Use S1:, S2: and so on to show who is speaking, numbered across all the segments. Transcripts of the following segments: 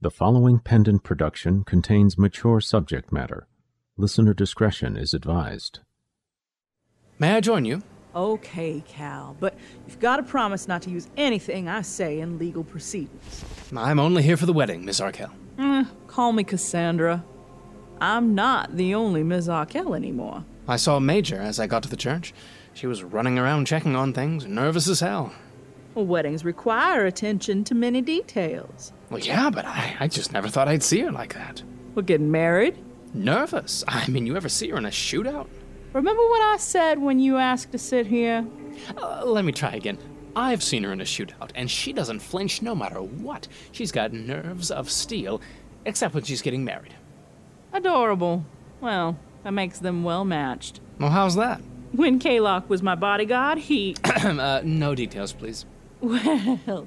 S1: The following pendant production contains mature subject matter. Listener discretion is advised.
S2: May I join you?
S3: Okay, Cal, but you've got to promise not to use anything I say in legal proceedings.
S2: I'm only here for the wedding, Miss Arkell.
S3: Eh, call me Cassandra. I'm not the only Ms. Arkell anymore.
S2: I saw Major as I got to the church. She was running around checking on things, nervous as hell.
S3: Well, weddings require attention to many details.
S2: Well, yeah, but I, I just never thought I'd see her like that.
S3: We're getting married.
S2: Nervous? I mean, you ever see her in a shootout?
S3: Remember what I said when you asked to sit here?
S2: Uh, let me try again. I've seen her in a shootout, and she doesn't flinch no matter what. She's got nerves of steel, except when she's getting married.
S3: Adorable. Well, that makes them well matched.
S2: Well, how's that?
S3: When Kalok was my bodyguard, he.
S2: uh, no details, please.
S3: well,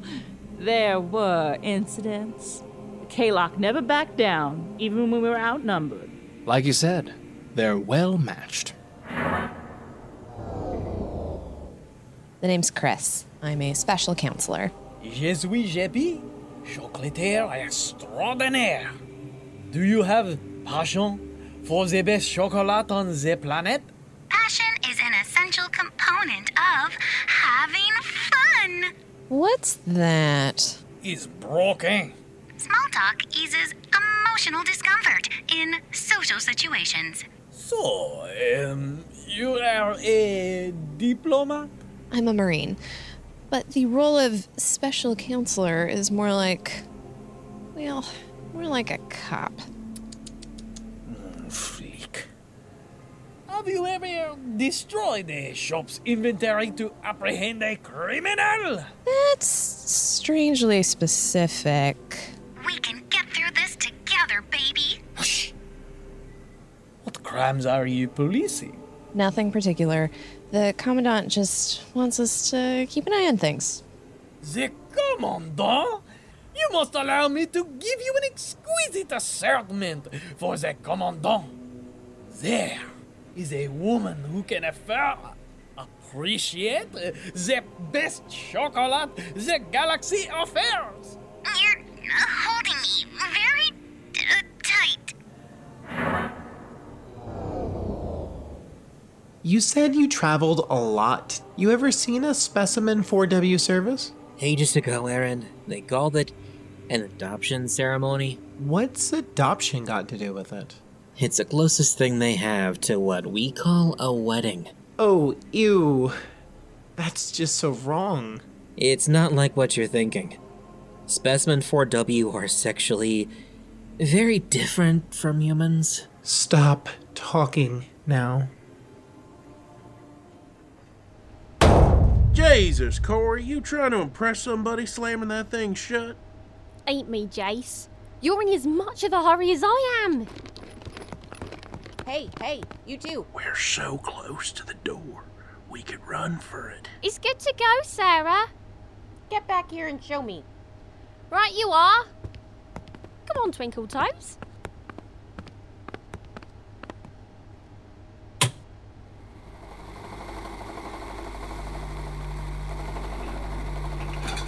S3: there were incidents. Kalok never backed down, even when we were outnumbered.
S2: Like you said, they're well matched.
S4: The name's Chris. I'm a special counselor.
S5: Je suis Jeppy, chocolatier extraordinaire. Do you have passion for the best chocolate on the planet?
S6: Passion is an essential component of having fun.
S4: What's that?
S5: It's broken.
S6: Small talk eases emotional discomfort in social situations.
S5: So, um, you are a diploma?
S4: I'm a Marine. But the role of special counselor is more like. Well, more like a cop.
S5: Freak. Have you ever destroyed a shop's inventory to apprehend a criminal?
S4: That's strangely specific.
S6: We can get through this together, baby.
S5: What crimes are you policing?
S4: Nothing particular. The Commandant just wants us to keep an eye on things.
S5: The Commandant? You must allow me to give you an exquisite assortment for the Commandant. There is a woman who can afford, appreciate uh, the best chocolate the galaxy offers.
S6: You're uh, holding me very uh, tight.
S7: You said you traveled a lot. You ever seen a specimen 4W service?
S8: Ages ago, Aaron, they called it an adoption ceremony.
S7: What's adoption got to do with it?
S8: It's the closest thing they have to what we call a wedding.
S7: Oh, ew. That's just so wrong.
S8: It's not like what you're thinking. Specimen 4W are sexually very different from humans.
S7: Stop talking now.
S9: Jesus, Corey, you trying to impress somebody slamming that thing shut?
S10: Ain't me, Jace. You're in as much of a hurry as I am.
S11: Hey, hey, you two.
S9: We're so close to the door, we could run for it.
S10: It's good to go, Sarah.
S11: Get back here and show me.
S10: Right, you are. Come on, Twinkle Toes.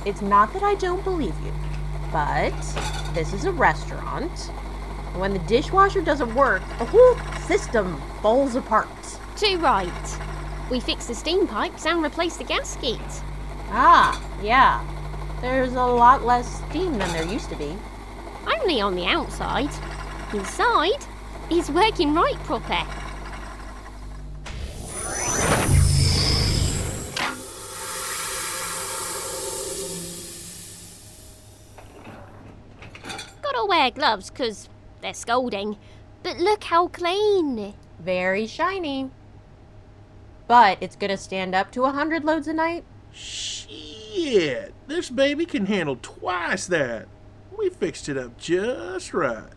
S11: It's not that I don't believe you, but this is a restaurant. When the dishwasher doesn't work, the whole system falls apart.
S10: Too right. We fix the steam pipes and replace the gasket.
S11: Ah, yeah. There's a lot less steam than there used to be.
S10: Only on the outside. Inside, it's working right proper. Gotta wear gloves because they're scolding. But look how clean.
S11: Very shiny. But it's gonna stand up to a 100 loads a night.
S9: Shit, this baby can handle twice that. We fixed it up just right.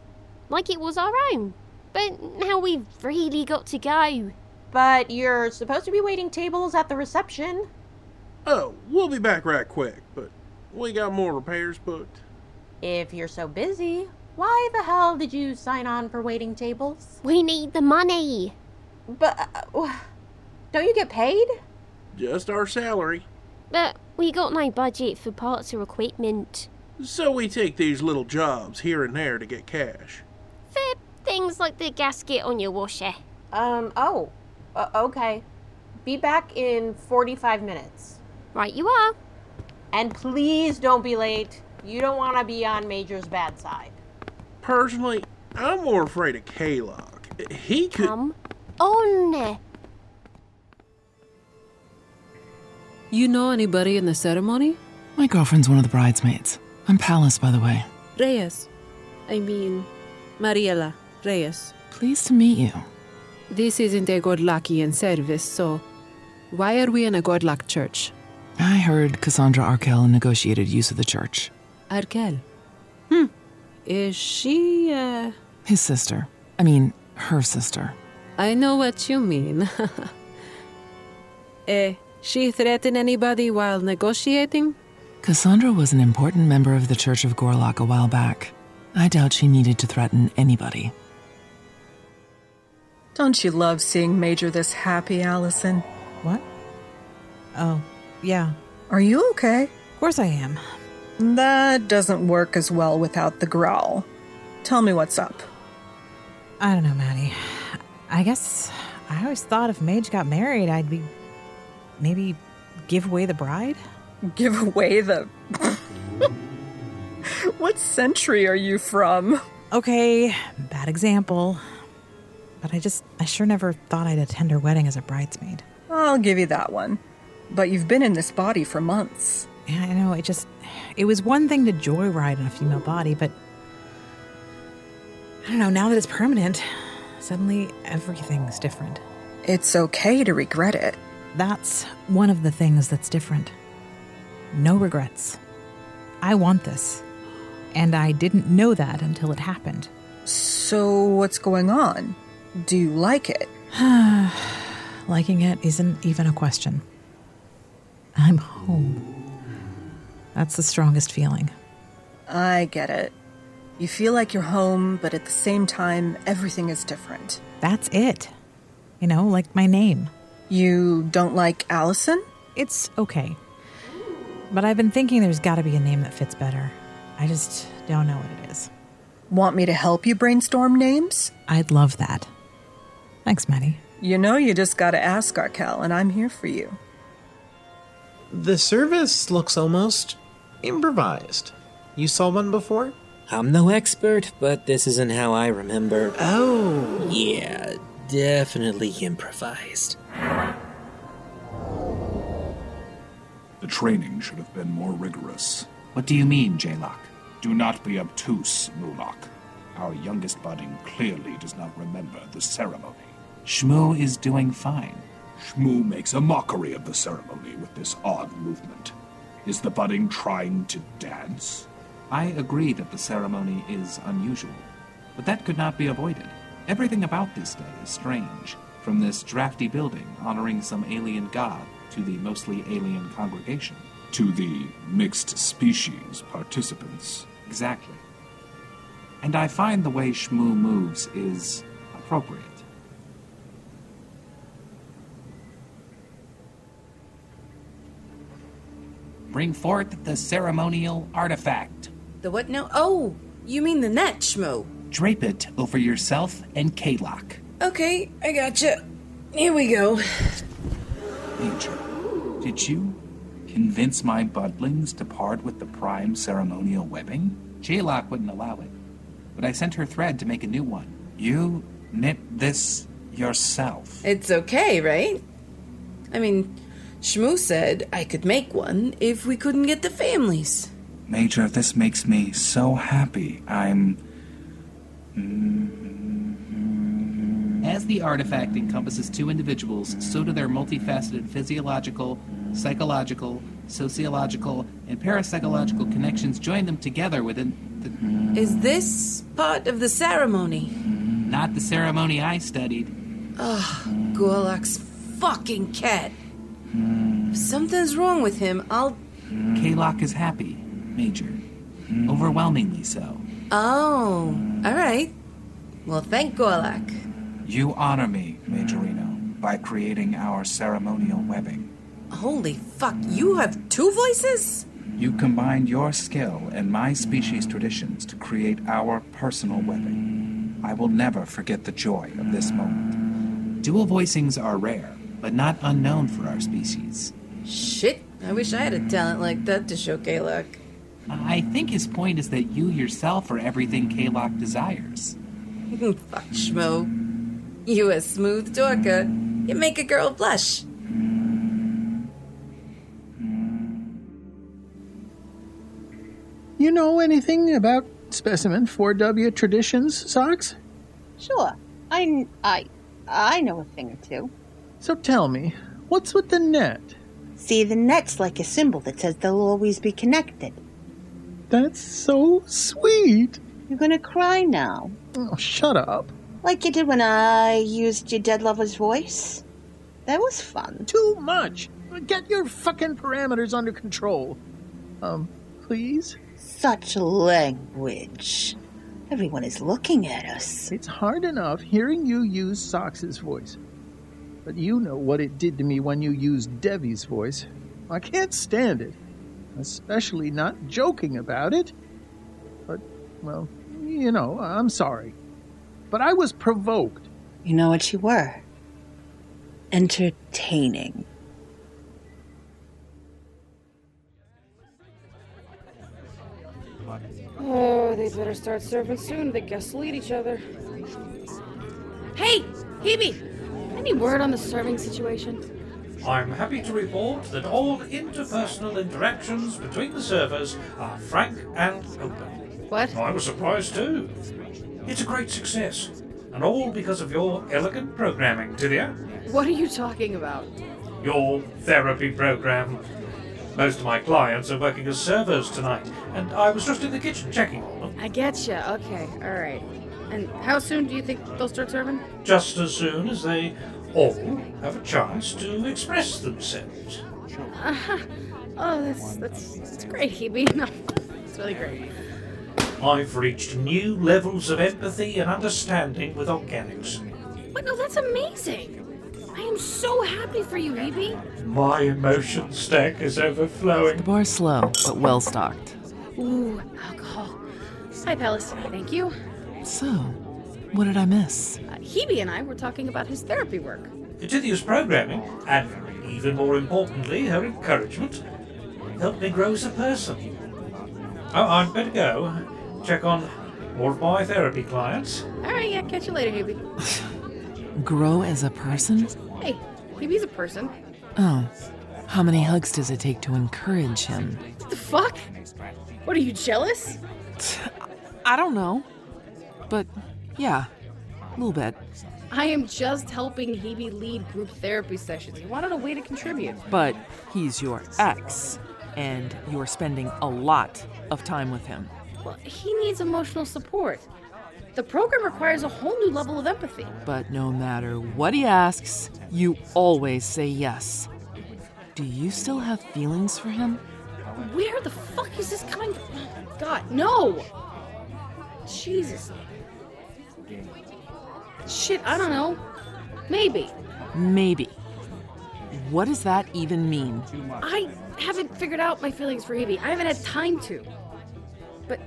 S10: Like it was our own. But now we've really got to go.
S11: But you're supposed to be waiting tables at the reception.
S9: Oh, we'll be back right quick, but we got more repairs booked.
S11: If you're so busy, why the hell did you sign on for waiting tables?
S10: We need the money.
S11: But uh, don't you get paid?
S9: Just our salary.
S10: But we got no budget for parts or equipment.
S9: So we take these little jobs here and there to get cash.
S10: For things like the gasket on your washer.
S11: Um, oh. Uh, okay. Be back in 45 minutes.
S10: Right, you are.
S11: And please don't be late. You don't want to be on Major's bad side.
S9: Personally, I'm more afraid of Kalok. He could.
S10: On.
S12: You know anybody in the ceremony?
S8: My girlfriend's one of the bridesmaids. I'm Palace, by the way.
S12: Reyes. I mean, Mariela Reyes.
S8: Pleased to meet you.
S12: This isn't a Godlakian service, so why are we in a Godlak church?
S8: I heard Cassandra Arkell negotiated use of the church.
S12: Arkel. Hmm. Is she, uh.
S8: His sister. I mean, her sister.
S12: I know what you mean. eh, she threatened anybody while negotiating?
S8: Cassandra was an important member of the Church of Gorlock a while back. I doubt she needed to threaten anybody.
S13: Don't you love seeing Major this happy, Allison?
S14: What? Oh, yeah.
S13: Are you okay?
S14: Of course I am.
S13: That doesn't work as well without the growl. Tell me what's up.
S14: I don't know, Maddie. I guess I always thought if Mage got married, I'd be maybe give away the bride.
S13: Give away the. what century are you from?
S14: Okay, bad example. But I just, I sure never thought I'd attend her wedding as a bridesmaid.
S13: I'll give you that one. But you've been in this body for months.
S14: Yeah, I know. It just, it was one thing to joyride in a female body, but I don't know. Now that it's permanent, suddenly everything's different.
S13: It's okay to regret it.
S14: That's one of the things that's different. No regrets. I want this. And I didn't know that until it happened.
S13: So, what's going on? Do you like it?
S14: Liking it isn't even a question. I'm home. That's the strongest feeling.
S13: I get it. You feel like you're home, but at the same time, everything is different.
S14: That's it. You know, like my name.
S13: You don't like Allison?
S14: It's okay. But I've been thinking there's got to be a name that fits better. I just don't know what it is.
S13: Want me to help you brainstorm names?
S14: I'd love that. Thanks, Maddie.
S13: You know, you just gotta ask Arkel, and I'm here for you.
S15: The service looks almost improvised. You saw one before?
S7: I'm no expert, but this isn't how I remember.
S15: Oh.
S7: Yeah, definitely improvised.
S16: The training should have been more rigorous.
S17: What do you mean, Jaylock?
S16: Do not be obtuse, Mulok. Our youngest budding clearly does not remember the ceremony.
S17: Shmoo is doing fine.
S16: Shmoo makes a mockery of the ceremony with this odd movement. Is the budding trying to dance?
S17: I agree that the ceremony is unusual, but that could not be avoided. Everything about this day is strange, from this drafty building honoring some alien god to the mostly alien congregation.
S16: To the mixed species participants.
S17: Exactly. And I find the way Shmoo moves is appropriate.
S18: Bring forth the ceremonial artifact.
S19: The what now? Oh, you mean the net, Shmo.
S18: Drape it over yourself and Kalok.
S19: Okay, I gotcha. Here we go.
S16: Major, did you convince my budlings to part with the prime ceremonial webbing?
S17: Jaylock wouldn't allow it, but I sent her thread to make a new one. You knit this yourself.
S19: It's okay, right? I mean, Shmoo said I could make one if we couldn't get the families.
S17: Major, this makes me so happy. I'm.
S18: As the artifact encompasses two individuals, so do their multifaceted physiological, psychological, sociological, and parapsychological connections join them together within the.
S19: Is this part of the ceremony?
S18: Not the ceremony I studied.
S19: Ugh, Gorlock's Ah, fucking cat. If something's wrong with him, I'll.
S18: Kalok is happy, Major. Overwhelmingly so.
S19: Oh, alright. Well, thank Gorlock.
S17: You honor me, Majorino, by creating our ceremonial webbing.
S19: Holy fuck, you have two voices?
S16: You combined your skill and my species traditions to create our personal webbing. I will never forget the joy of this moment.
S18: Dual voicings are rare, but not unknown for our species.
S19: Shit, I wish I had a talent like that to show Kalak.
S18: I think his point is that you yourself are everything Kalok desires.
S19: Fuck Schmo. You a smooth talker. You make a girl blush.
S15: You know anything about specimen 4W traditions, Socks?
S20: Sure. I, I, I know a thing or two.
S15: So tell me, what's with the net?
S20: See, the net's like a symbol that says they'll always be connected.
S15: That's so sweet.
S20: You're gonna cry now.
S15: Oh, shut up.
S20: Like you did when I used your dead lover's voice. That was fun.
S15: Too much. Get your fucking parameters under control. Um, please?
S20: Such language. Everyone is looking at us.
S15: It's hard enough hearing you use Sox's voice. But you know what it did to me when you used Devi's voice. I can't stand it. Especially not joking about it. But, well, you know, I'm sorry. But I was provoked.
S20: You know what you were? Entertaining.
S21: Oh, they better start serving soon. They guess will eat each other. Hey, Hebe! Any word on the serving situation?
S22: I'm happy to report that all interpersonal interactions between the servers are frank and open.
S21: What?
S22: Oh, I was surprised too. It's a great success, and all because of your elegant programming, Didier.
S21: What are you talking about?
S22: Your therapy program. Most of my clients are working as servers tonight, and I was just in the kitchen checking on them.
S21: I getcha. Okay, alright. And how soon do you think they'll start serving?
S22: Just as soon as they all have a chance to express themselves.
S21: Uh-huh. Oh, that's, that's, that's great, Hebe. No, it's really great.
S22: I've reached new levels of empathy and understanding with organics.
S21: But no, that's amazing. I am so happy for you, Hebe.
S22: My emotion stack is overflowing.
S8: The bar's slow, but well stocked.
S21: Ooh, alcohol. Hi, Palace. Thank you.
S8: So, what did I miss?
S21: Uh, Hebe and I were talking about his therapy work.
S22: Didia's programming, and even more importantly, her encouragement, helped me grow as a person. Oh, I'd better go. Check on more of my therapy clients.
S21: All right, yeah, catch you later, Hebe.
S8: Grow as a person?
S21: Hey, Hebe's a person.
S8: Oh. How many hugs does it take to encourage him?
S21: What the fuck? What are you jealous?
S8: I don't know. But yeah, a little bit.
S21: I am just helping Hebe lead group therapy sessions. He wanted a way to contribute.
S8: But he's your ex, and you're spending a lot of time with him.
S21: Well, he needs emotional support. The program requires a whole new level of empathy.
S8: But no matter what he asks, you always say yes. Do you still have feelings for him?
S21: Where the fuck is this coming from? God, no! Jesus. Shit, I don't know. Maybe.
S8: Maybe. What does that even mean?
S21: I haven't figured out my feelings for Hebe. I haven't had time to. But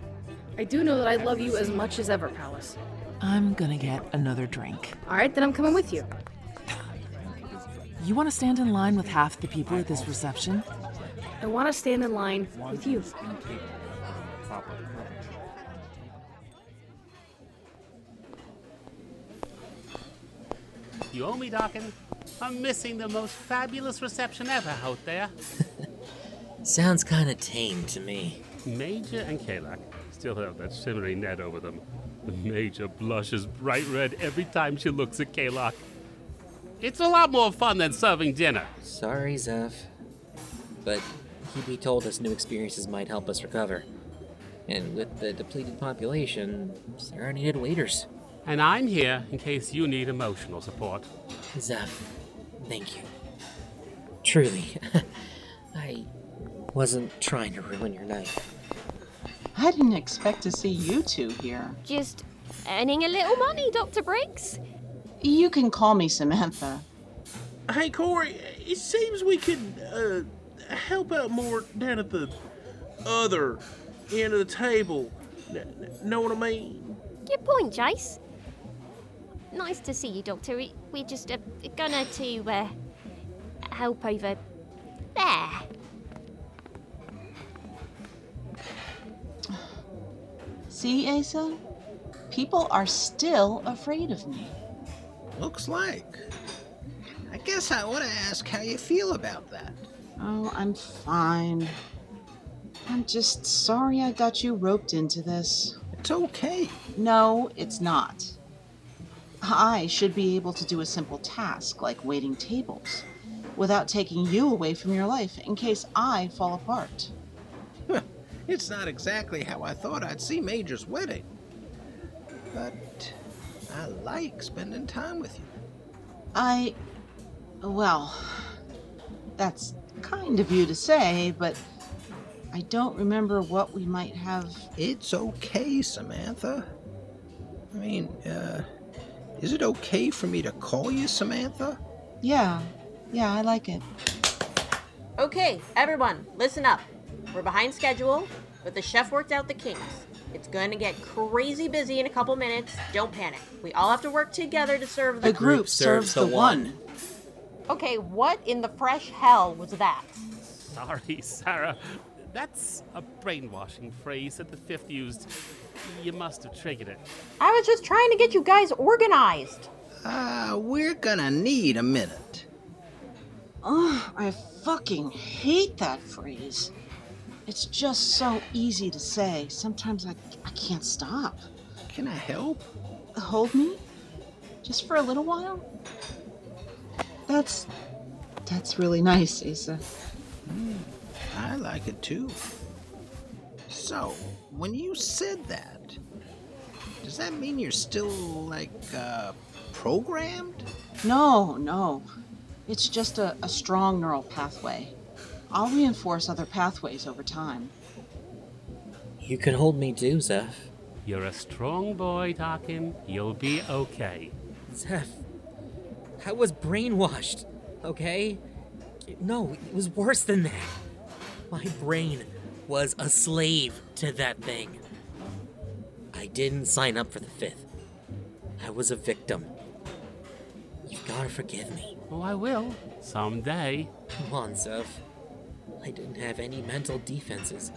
S21: I do know that I love you as much as ever, Palace.
S8: I'm gonna get another drink.
S21: Alright, then I'm coming with you.
S8: You want to stand in line with half the people at this reception?
S21: I want to stand in line with you.
S23: You owe me, Dawkins. I'm missing the most fabulous reception ever out there.
S7: Sounds kind of tame to me.
S24: Major and Kalak still have that shimmering net over them. The Major blushes bright red every time she looks at Kalak. It's a lot more fun than serving dinner.
S7: Sorry, Zeph. But Hebe told us new experiences might help us recover. And with the depleted population, Sarah needed waiters.
S24: And I'm here in case you need emotional support.
S7: Zeph, thank you. Truly. I wasn't trying to ruin your night.
S1: I didn't expect to see you two here.
S10: Just earning a little money, Dr. Briggs.
S1: You can call me Samantha.
S9: Hey, Corey, it seems we could uh, help out more down at the other end of the table. N- n- know what I mean?
S10: Good point, Jace. Nice to see you, Doctor. We- We're just uh, gonna to uh, help over there.
S1: See, Asa? People are still afraid of me.
S2: Looks like. I guess I want to ask how you feel about that.
S1: Oh, I'm fine. I'm just sorry I got you roped into this.
S2: It's okay.
S1: No, it's not. I should be able to do a simple task like waiting tables without taking you away from your life in case I fall apart.
S2: It's not exactly how I thought I'd see Major's wedding. But I like spending time with you.
S1: I. Well, that's kind of you to say, but I don't remember what we might have.
S2: It's okay, Samantha. I mean, uh, is it okay for me to call you Samantha?
S1: Yeah, yeah, I like it.
S11: Okay, everyone, listen up. We're behind schedule, but the chef worked out the kinks. It's going to get crazy busy in a couple minutes. Don't panic. We all have to work together to serve the,
S1: The group serves the one.
S11: Okay, what in the fresh hell was that?
S23: Sorry, Sarah. That's a brainwashing phrase that the fifth used. You must have triggered it.
S11: I was just trying to get you guys organized.
S2: Uh, we're gonna need a minute.
S1: Oh, I fucking hate that phrase. It's just so easy to say. Sometimes I, I can't stop.
S2: Can I help?
S1: Hold me? Just for a little while? That's. That's really nice, Asa.
S2: Hmm. I like it too. So, when you said that, does that mean you're still, like, uh, programmed?
S1: No, no. It's just a, a strong neural pathway. I'll reinforce other pathways over time.
S7: You can hold me too, Zeph.
S23: You're a strong boy, Tarkin. You'll be okay.
S7: Zeph, I was brainwashed, okay? No, it was worse than that. My brain was a slave to that thing. I didn't sign up for the fifth. I was a victim. You've gotta forgive me.
S23: Oh, I will. Someday.
S7: Come on, Zeph. I didn't have any mental defenses.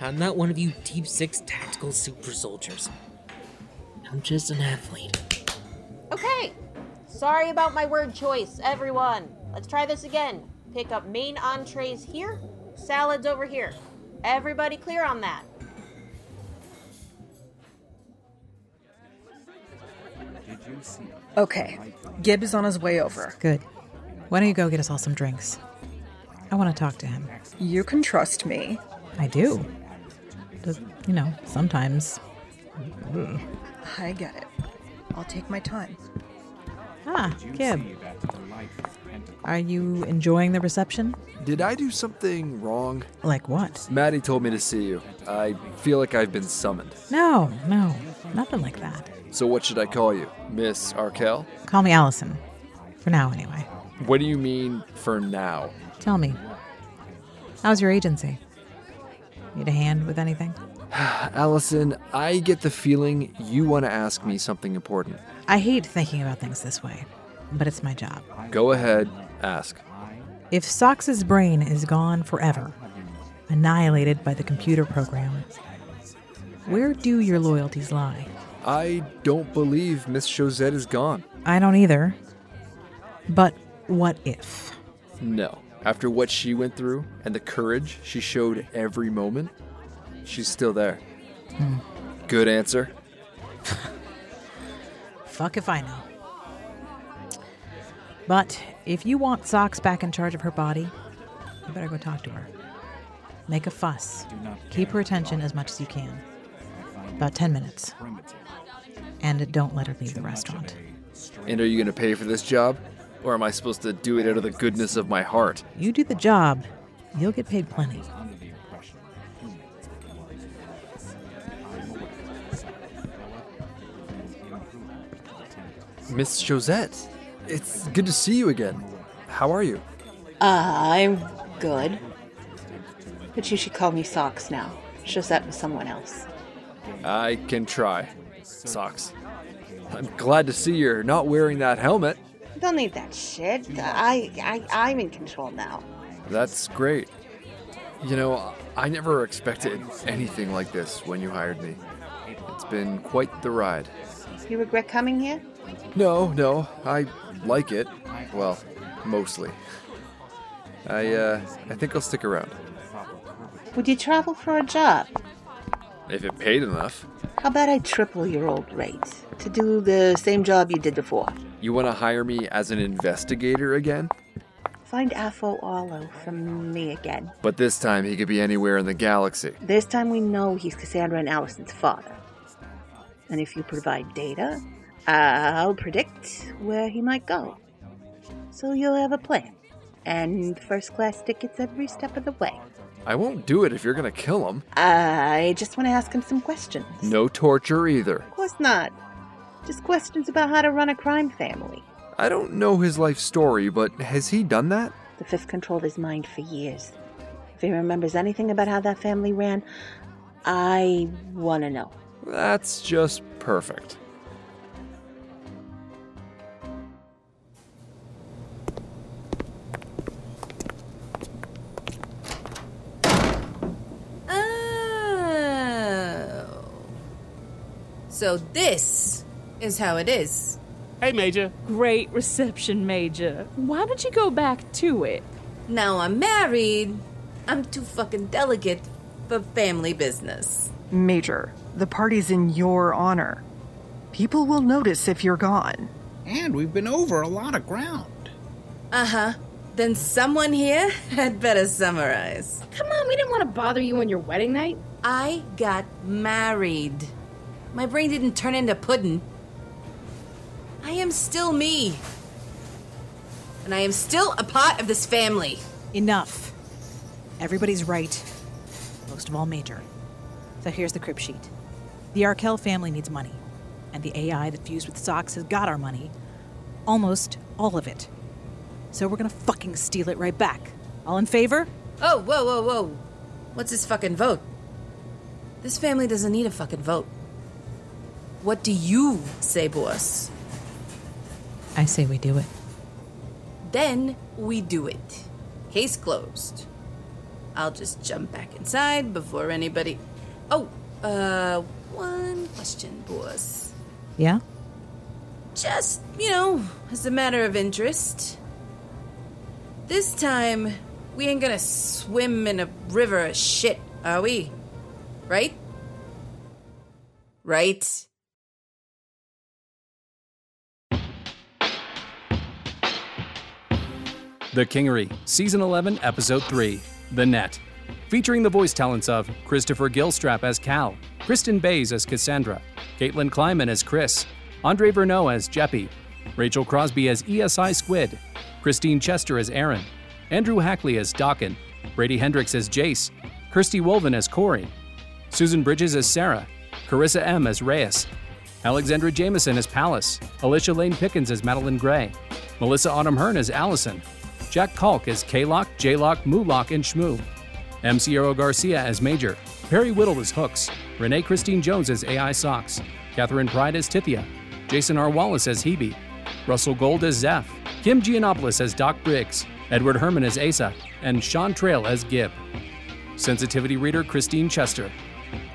S7: I'm not one of you Deep Six tactical super soldiers. I'm just an athlete.
S11: Okay, sorry about my word choice, everyone. Let's try this again. Pick up main entrees here, salads over here. Everybody clear on that?
S16: Did you see?
S13: Okay, Gib is on his way over.
S14: Good. Why don't you go get us all some drinks? I want to talk to him.
S13: You can trust me.
S14: I do. Just, you know, sometimes. Ugh.
S13: I get it. I'll take my time.
S14: Ah,
S16: Did you
S14: Gib.
S16: see that delightful pentacle?
S14: Are you enjoying the reception?
S25: Did I do something wrong?
S14: Like what?
S25: Maddie told me to see you. I feel like I've been summoned.
S14: No, no, nothing like that.
S25: So what should I call you? Miss Arkell?
S14: Call me Allison. For now, anyway.
S25: What do you mean for now?
S14: Tell me, how's your agency? Need a hand with anything?
S25: Allison, I get the feeling you want to ask me something important.
S14: I hate thinking about things this way, but it's my job.
S25: Go ahead, ask.
S14: If Sox's brain is gone forever, annihilated by the computer program, where do your loyalties lie?
S25: I don't believe Miss Josette is gone.
S14: I don't either. But what if?
S25: No. After what she went through and the courage she showed every moment, she's still there.
S14: Hmm.
S25: Good answer.
S14: Fuck if I know. But if you want Socks back in charge of her body, you better go talk to her. Make a fuss. Keep her attention as much as you can. About 10 minutes. And don't let her leave the restaurant.
S25: And are you going to pay for this job? Or am I supposed to do it out of the goodness of my heart?
S14: You do the job, you'll get paid plenty.
S25: Miss Josette, it's good to
S20: Uh,
S25: see you again. How are you?
S19: I'm good.
S20: But you should call me Socks now. Shazette was someone else.
S25: I can try. Socks. I'm glad to see you're not wearing that helmet.
S20: Don't need that shit. I, I, I'm in control now.
S25: That's great. You know, I never expected anything like this when you hired me. It's been quite the ride.
S20: You regret coming here?
S25: No, no, I like it. Well, mostly. I uh, I think I'll stick around
S20: Would you travel for a job?
S25: if it paid enough.
S20: How about I triple your old rate to do the same job you did before?
S25: You want to hire me as an investigator again?
S20: Find Afo Arlo for me again.
S25: But this time he could be anywhere in the galaxy.
S20: This time we know he's Cassandra and Allison's father. And if you provide data, I'll predict where he might go. So you'll have a plan. And first class tickets every step of the way.
S25: I won't do it if you're gonna kill him.
S20: I just want to ask him some questions.
S25: No torture either.
S20: Of course not. Just questions about how to run a crime family.
S25: I don't know his life story, but has he done that?
S20: The fifth controlled his mind for years. If he remembers anything about how that family ran, I want to know.
S25: That's just perfect.
S3: Oh. So this is how it is.
S23: Hey, Major.
S3: Great reception, Major. Why don't you go back to it? Now I'm married. I'm too fucking delicate for family business.
S13: Major, the party's in your honor. People will notice if you're gone.
S2: And we've been over a lot of ground.
S1: Uh huh.
S3: Then someone here had better summarize.
S21: Come on, we didn't want to bother you on your wedding night.
S3: I got married.
S1: My brain didn't turn into pudding. I am still me. And I am still a part of this family.
S14: Enough. Everybody's right, most of all Major. So here's the crib sheet. The Arkell family needs money, and the AI that fused with Socks has got our money. Almost all of it. So we're gonna fucking steal it right back. All in favor?
S3: Oh, whoa, whoa, whoa.
S1: What's this fucking vote? This family doesn't need a fucking vote. What do you say, boss?
S14: I say we do it.
S1: Then we do it. Case closed. I'll just jump back inside before anybody. Oh, uh, one question, boss.
S14: Yeah?
S1: Just, you know, as a matter of interest. This time, we ain't gonna swim in a river of shit, are we? Right? Right?
S26: The Kingery, Season 11, Episode 3 The Net. Featuring the voice talents of Christopher Gilstrap as Cal, Kristen Bays as Cassandra, Caitlin Kleiman as Chris, Andre Verneau as Jeppy, Rachel Crosby as ESI Squid, Christine Chester as Aaron, Andrew Hackley as Dokken, Brady Hendricks as Jace, Kirsty Wolven as Corey, Susan Bridges as Sarah, Carissa M. as Reyes, Alexandra Jameson as Palace, Alicia Lane Pickens as Madeline Gray, Melissa Autumn Hearn as Allison, Jack Kalk as K-Lock, J-Lock, Mulock, and Shmoo, M. Sierra Garcia as Major, Perry Whittle as Hooks, Renee Christine Jones as AI Socks, Catherine Pride as Tithia, Jason R. Wallace as Hebe, Russell Gold as Zeph, Kim Giannopoulos as Doc Briggs, Edward Herman as Asa, and Sean Trail as Gib. Sensitivity reader Christine Chester.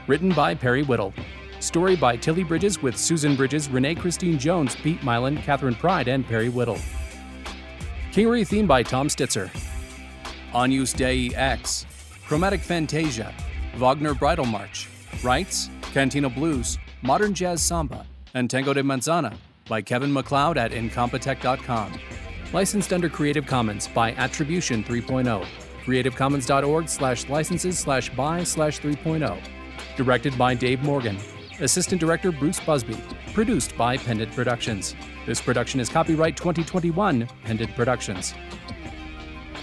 S26: Written by Perry Whittle. Story by Tilly Bridges with Susan Bridges, Renee Christine Jones, Pete Mylan, Catherine Pride, and Perry Whittle. Kingery theme by Tom Stitzer. Onus Dei X. Chromatic Fantasia. Wagner Bridal March. Rights, Cantina Blues, Modern Jazz Samba, and Tango de Manzana by Kevin McLeod at Incompetech.com. Licensed under Creative Commons by Attribution 3.0. CreativeCommons.org slash licenses slash by slash 3.0. Directed by Dave Morgan. Assistant Director Bruce Busby. Produced by Pendant Productions. This production is copyright 2021 Pendant Productions.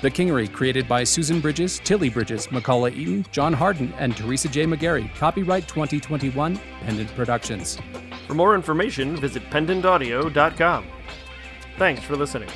S26: The Kingery, created by Susan Bridges, Tilly Bridges, McCullough Eaton, John Harden, and Teresa J. McGarry. Copyright 2021 Pendant Productions.
S5: For more information, visit pendantaudio.com. Thanks for listening.